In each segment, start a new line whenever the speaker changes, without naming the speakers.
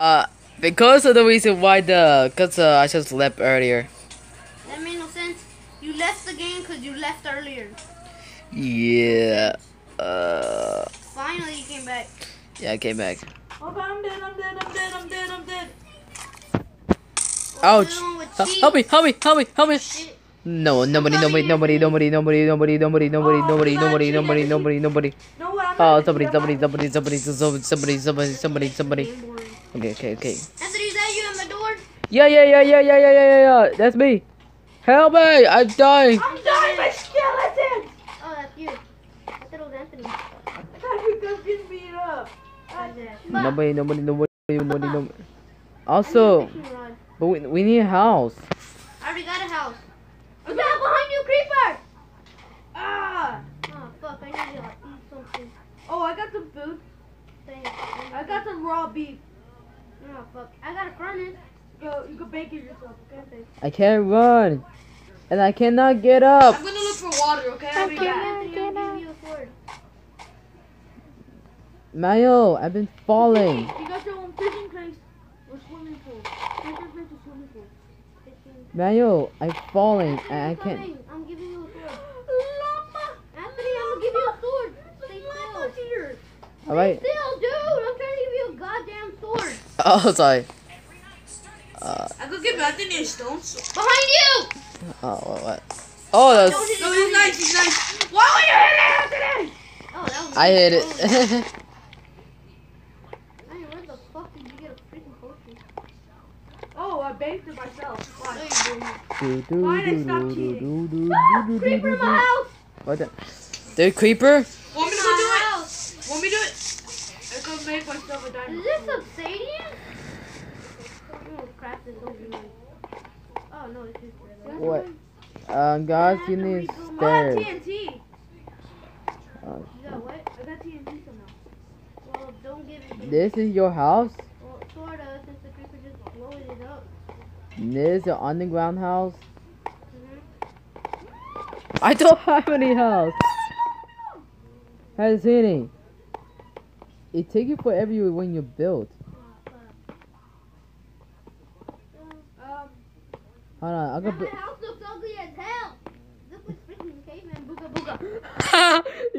Uh, because of the reason why the, cause uh, I just left earlier.
That made no sense. You left the game because you left earlier.
Yeah. Uh,
Finally, you came back.
yeah, I came back.
Oh, I'm dead, I'm dead, I'm dead, I'm dead, I'm dead.
Ouch! Hel- Help me! Help me! Help me! Help me!
Shit.
No, nobody, nobody, nobody, nobody, nobody,
Oh,
nobody, nobody, nobody, nobody, nobody, nobody, nobody, nobody.
No, I'm
Oh,
not
somebody,
gonna
somebody,
do
somebody, somebody, somebody, somebody, somebody, somebody,
that.
somebody.
Game boring.
Okay, okay, okay.
Anthony, is that you at my door?
Yeah, yeah, yeah, yeah, yeah, yeah, yeah, yeah, yeah. That's me. Help me! I'm dying.
I'm dying by skeletons! Oh, that's you. I thought it was Anthony. I thought you were getting beat up.
Nobody, nobody, nobody, nobody, nobody. Also, but we, we need a house.
I already got a house. Look out behind you, creeper!
Ah!
Oh, fuck, I need to like, eat something.
Oh, I got some food.
Thanks.
I got some raw beef.
Oh, fuck. I got a cronin.
Yo, you can bake it yourself. Okay, thanks.
I can't run, and I cannot get up.
gonna look for water. Okay, I'll be back.
Anthony, I'm giving you a sword.
Mayo, I've been falling.
You got your own fishing place or swimming pool? Fishing place or swimming pool?
Mayo, I'm falling, and I can't.
Coming. I'm giving you a sword.
Llama!
Anthony, I'm gonna give you a sword. Stay
Llama
still.
here!
All right.
Still, dude, I'm trying to give you a goddamn sword.
Oh, sorry. Uh,
I could give Anthony a stone sword.
Behind you!
Oh, what? what? Oh, that's.
No, he's nice, he's nice. Why were you hitting Anthony?
Oh, that was
I hit
Holy-
it.
Hey, where the fuck did you get a freaking potion?
Oh, I baked it myself.
No,
Why?
you didn't.
Why did I stop cheating?
Ah,
Creeper in my house!
What the? The creeper?
Want me to go do
My
it?
house.
Want me to do it? I could make myself a diamond.
Is this obsidian? Oh, crap, this don't do it. Oh, no, it's just red.
What? Um, guys, you need
Oh, I have
stairs.
TNT.
You got what?
I got TNT somehow.
Well, don't give it to me.
This is your house.
Well, sort of, since the creeper just blowing it up.
This is your underground house.
Mhm.
I don't have any house. How's it hitting? It takes you forever you- when you build.
Um,
Hold on, I'll go.
Now my house looks ugly as hell. This looks freaking caveman booga booga.
Bu-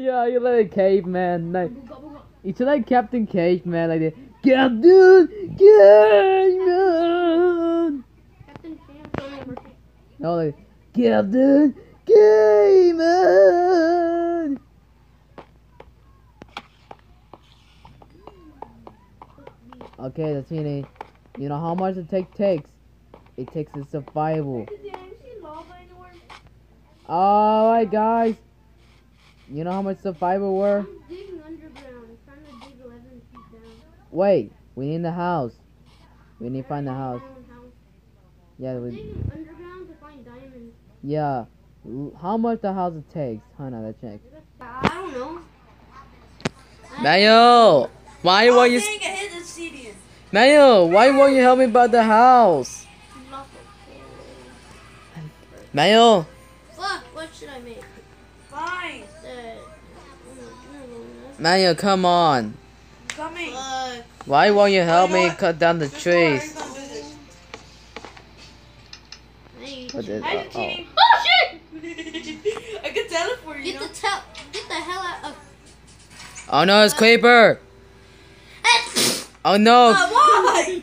yeah, you like a caveman. Like,
Booga booga.
it's like Captain Caveman, like the Captain Caveman.
Captain Sam, don't ever think.
No, like Captain Caveman. Okay, that's meaning. You know how much the take takes? It takes a survival.
did you see lava anywhere?
Alright, Oh, guys. You know how much survival were?
I'm digging underground. I'm trying to dig 11 feet down.
Wait, we need the house. We need to find the house.
My own house.
Yeah,
I'm
we,
digging underground to find diamonds.
yeah. L- How much the house it takes? Hold on, let's check.
I don't know.
Mayo, why
oh,
won't you?
dang, I hit obsidian.
Mayo, why won't you help me buy the house? Mayo,
Fuck, what should I make?
Fine.
Uh,
Mayo, come on.
Coming.
uh,
Why won't you help
You know
me
what?
cut down the trees?
hey,
What is-
I
uh, oh.
did cheating.
Oh shit!
I could tell it for you.
Get
know?
the top. Get the hell out of.
oh no, it's creeper.
uh,
Oh no.
Why?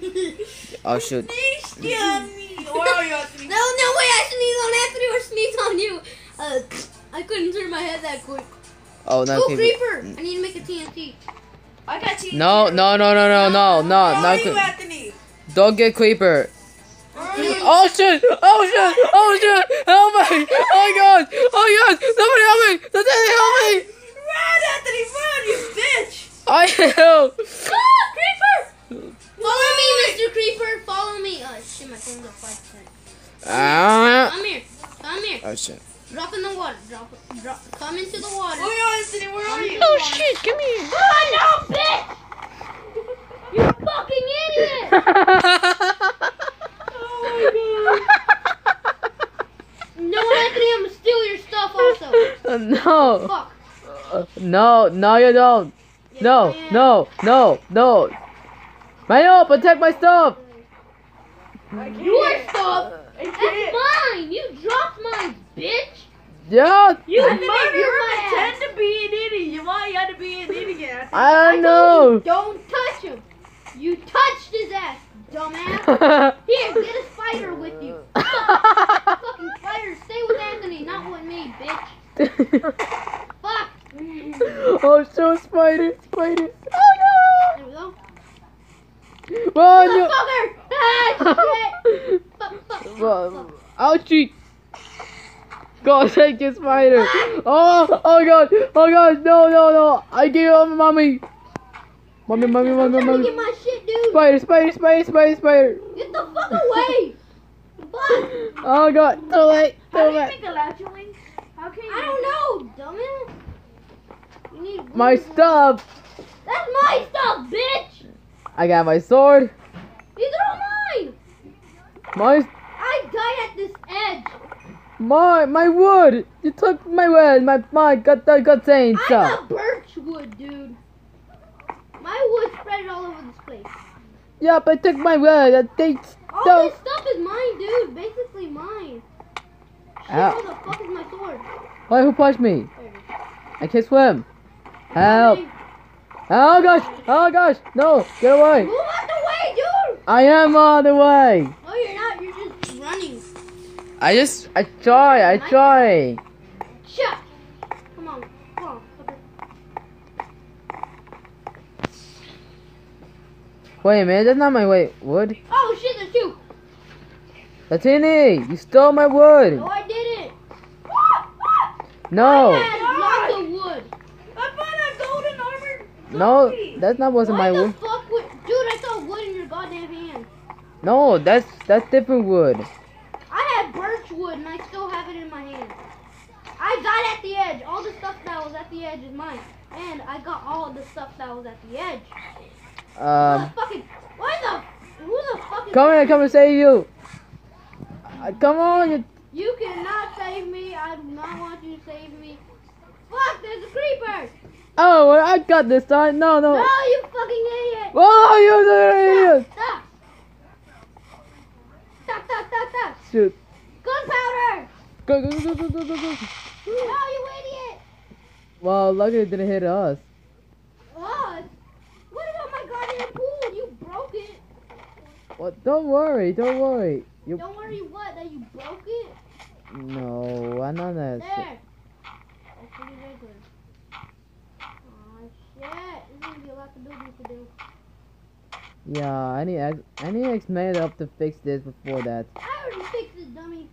Oh shoot.
Sneezed on me. Wow, you have to
No, uh, no way! I sneeze on Anthony or sneeze on you. Uh, I couldn't turn my head that quick.
Oh no,
Oh,
creeper.
creeper! I need to make a TNT.
I got cheating.
No, no, no, no, no, no,
Where
no,
are
not
you,
cre-
Anthony?
Don't get creeper.
Where are you?
Oh shit! Oh shit! Oh shit! Help me! Oh god! Oh god! Somebody help me! Somebody help me!
Run, Anthony, run, you bitch.
I help!
Ah, creeper! Follow me, Mr. Creeper. Follow me. Oh shit, my phone's on five percent.
Ah.
Come here. Come here.
Oh shit!
Drop in the water. Drop. Drop. Come into the water.
Oh, yeah, Anthony, where are you?
Oh,
shit! Come here!
Oh no, bitch! You fucking idiot!
Oh
No, Anthony, I'm gonna steal your stuff also.
no!
Fuck.
No! No! You don't!
Yes,
No!
I am.
No! No! No! My help! Attack my stuff!
Your stuff!
I
That's
can't.
mine! You dropped mine, bitch!
Yeah!
You
I didn't
murdered
even
my ass!
pretend to be an idiot. Why you had to be an idiot?
I
told you,
know!
Don't touch him! You touched his ass, dumbass! Here, get a spider with you! Fucking spider, stay with Anthony, not with me, bitch! Fuck! There
oh, so spider, spider. Oh
we go.
no! Oh
Motherfucker! Ah,
no!
shit! Fuck, fuck, fuck,
Well, Ouchie! God, take this spider! Oh, oh god, oh god, no, no, no! I gave up, mommy! Mommy, mommy,
fuck. I'm
mommy,
trying to
mommy!
get my shit, dude!
Spider, spider, spider, spider, spider!
Get the fuck away! Fuck!
Oh god, throw it,
How
throw
do you
it!
make a latch wing? How can you?
I don't know, dumbass. You need
My stuff!
That's my stuff, bitch.
I got my sword,
These are all mine.
my,
I died at this edge.
my, my wood! You took my wood, my, my, got the, got saying
I
stuff!
got birch wood, dude. My wood spread all over this place.
Yep, I took my wood, I take
All
No.
this stuff is mine, dude. Basically mine. Shit,
Ow.
where the fuck is my sword?
Why who punched me? I can't swim. Help!
Move
Oh gosh! Oh gosh! No! Get away!
out the way, dude.
I am on the way!
No, you're not. You're just running.
I just I try, I try.
Shut. Come on. Come on. fucker.
Wait a minute, that's not my way wood.
Oh shit, there's two.
Latini, you stole my wood.
No, I didn't. I
No,
had lots of wood.
I found a golden armor.
no,
zombie.
that's not wasn't
Why
my
the
wood.
fuck would, dude? I saw wood in your goddamn hand.
No, that's that's different wood.
I had birch wood and I still have it in my hand. I got at the edge. All the stuff that was at the edge is mine, and I got all the stuff that was at the edge.
Um,
what the fucking? Why the? Who the fuck? Is
come here, come to save you. Uh, come on, you,
You cannot save me. I do not want you to save me. Fuck! There's a creeper.
oh, well, I got this time. No,
No,
no. Oh,
you fucking idiot.
Whoa, you're the idiot.
Stop! Stop! Stop! Stop! Stop!
Shoot.
Gunpowder!
Go, go, go, go, go, go, go.
No, you idiot!
Well, luckily it didn't hit us.
Us? What about my goddamn pool? You broke it.
Well, don't worry, don't worry. You
Don't worry what, that you broke it?
no, I know that. shit.
There. That's pretty big one. Aw, shit. There's gonna be a lot of buildings to do.
Yeah, I need X, I need X made up to fix this before that.
I already fixed it, dummy.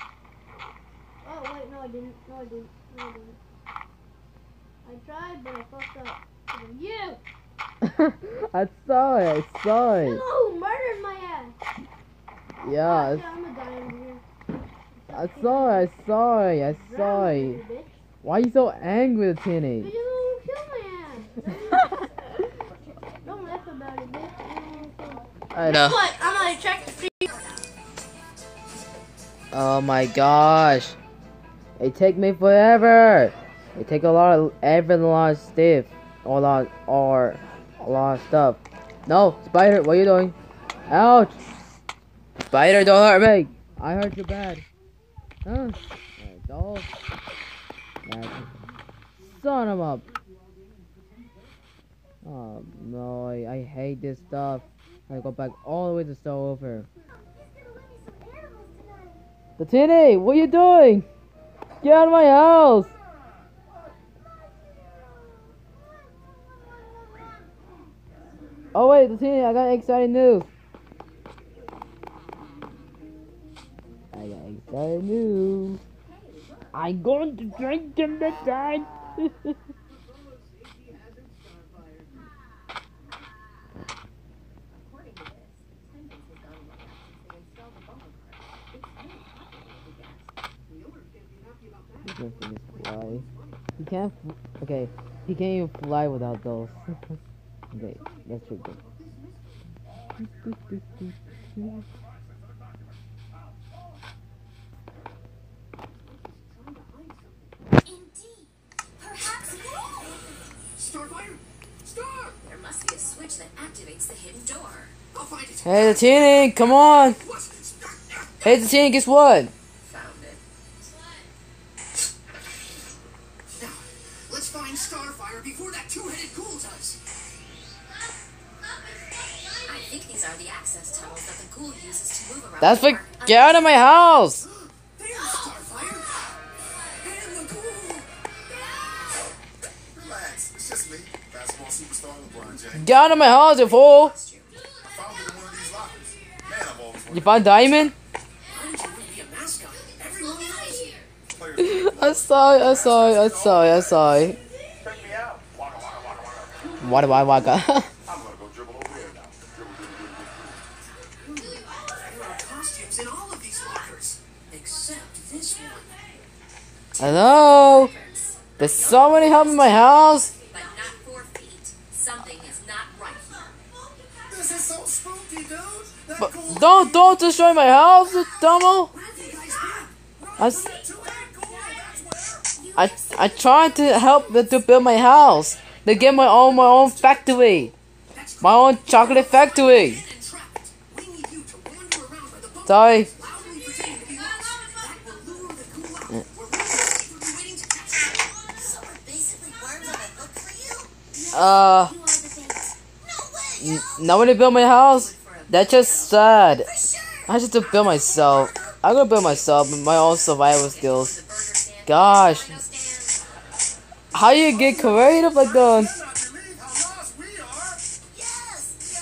Oh, wait, no, I didn't. No, I didn't. No, I didn't. I tried, but I fucked up. It was You!
I saw it, I saw
You
it.
know who murdered my ass? Oh,
Yeah,
Shit, I'm gonna die in here.
I, I saw it, I saw it, I saw
Drown you,
it.
bitch.
Why you so angry,
You
Tinny?
don't kill my ass. Don't laugh about it, bitch.
I know.
What? I'm gonna check the free.
Oh my gosh. It take me forever. It take a lot of every lot of stuff. A lot or a lot of stuff. No, spider, what you doing? Ouch! Spider, don't hurt me! I hurt you bad. Huh? Yeah, dog. Yeah, Son of a Oh no, I, I hate this stuff. I go back all the way to start over. The tinny, what you doing? Get out of my house! Oh wait, the tinny, I got exciting news. I got exciting news. I'm going to drink them this time. He can't even fly. He can't. F- okay, he can't even fly without those. okay, that's pretty good.
Indeed. Perhaps Starfire! Star! There must be a switch that activates the hidden door.
Hey, Latini, come on. Hey, Latini, guess what?
Found it. Now, let's find Starfire before that two-headed ghoul does.
I think these are the access tunnels that the ghoul uses to move around.
That's
the
like,
park.
get out of my house.
There's
Oh,
Starfire. And the ghoul.
Relax, it's just me, basketball superstar LeBron James.
Get out of my house, you
I
fool.
found it in one of these lockers. Man, I've always
You
wanted
found diamond?
Why did you want to be a mascot? Everyone knows you.
players.
I'm sorry, I'm sorry, I'm sorry, I'm sorry.
Check me out. Waka, waka, waka, waka.
Why do I waka?
I'm gonna go dribble over there now. Dribble, dribble, dribble, dribble.
There are costumes in all of these lockers, except this one.
Hello? There's somebody helping my house?
But not four feet. Something is not right here.
This is so spooky, dude. That
But
ghoul.
don't, don't destroy my house, you dumbo.
Where have you guys been? Run
I
from
s-
that two-headed ghoul. That's where.
I, I tried to help them to build my house. To get my own, my own factory. My own chocolate factory. Sorry.
So we're basically worms on a hook for you?
Uh,
You are the bait. No
n- nobody built my house. That's just sad.
For sure.
I just to build myself. I'm gonna build myself with my own survival skills. Gosh,
No stand.
how you get creative like that?
Yes. We are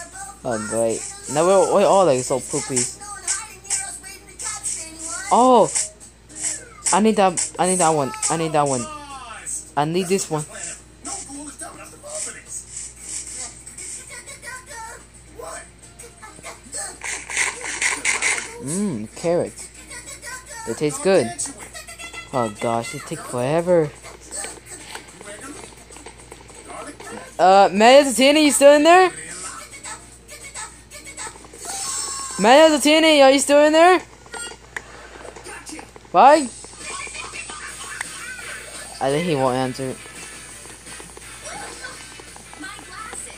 both
Oh great. Now we're, we're all like so poopy.
known hiding near us waiting to catch anyone.
Oh, I need that. I need that one. I need that one. I need this one.
No ghoul is dumb enough to fall for this. What?
Mmm, carrots. They taste good.
Can't you wait?
Oh gosh, it take forever.
You ain't gonna- Garlic bread?
Uh, Maya Zatini, you still in there? Maya Zatini, are you still in there? Bye. I think he won't answer.
My glasses.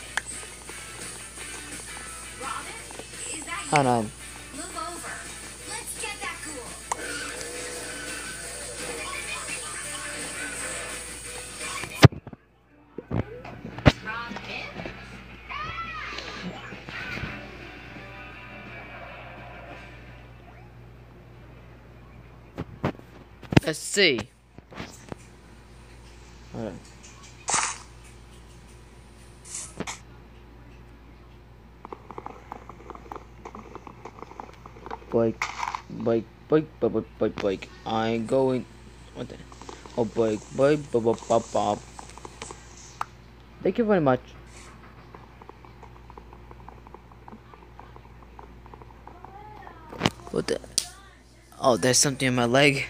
Robin, is that you?
Hold on.
Move over. Let's get that ghoul. Robin?
Let's see. Hold on. Bike, bike, bike, bike, bike, bike, bike. I'm going. What the? Oh, bike, bike, bop, bop, bop, bop. Thank you very much. What the? Oh, there's something in my leg.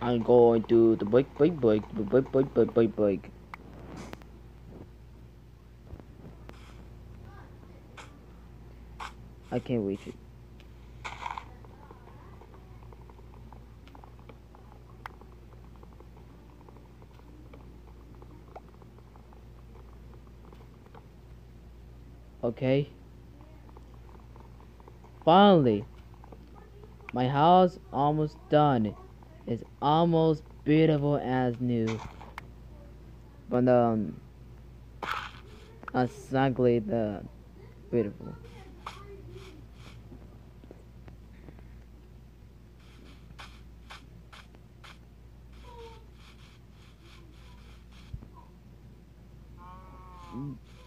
I'm going to the bike, bike, bike, bike, bike, bike, bike, bike. I can't reach it. Okay. Finally, my house almost done. It's almost beautiful as new. But um exactly the beautiful.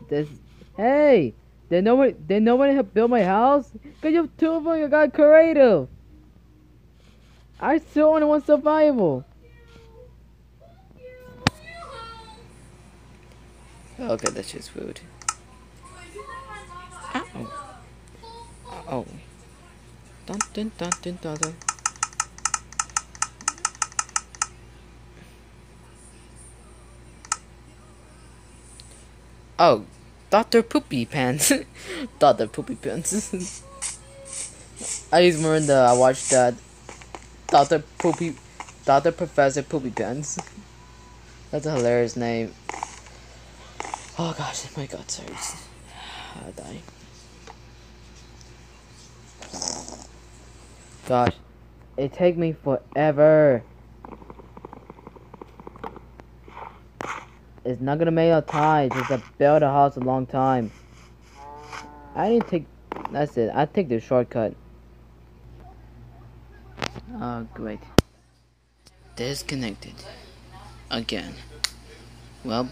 This hey did nobody did nobody help build my house? Cause you two of you got creative. I still only want survival. Okay, that's just rude. Ow. Oh. Dun dun dun dun dun dun. Oh, Dr. Poopy Pants. Dr. Poopy Pants. I use Miranda, I watched that. Dr. Poopy, Dr. Professor Poopy Pants. That's a hilarious name. Oh gosh, my guts are just, uh, dying. Gosh, it take me forever. It's not gonna make a time. Just to build a house a long time. I didn't take. That's it. I take the shortcut. Oh great. Disconnected. Again. Well.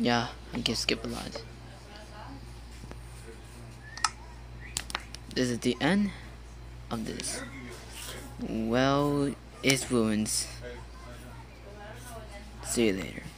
Yeah, I can skip a lot. This is the end of this. Well, it's ruins. See you later.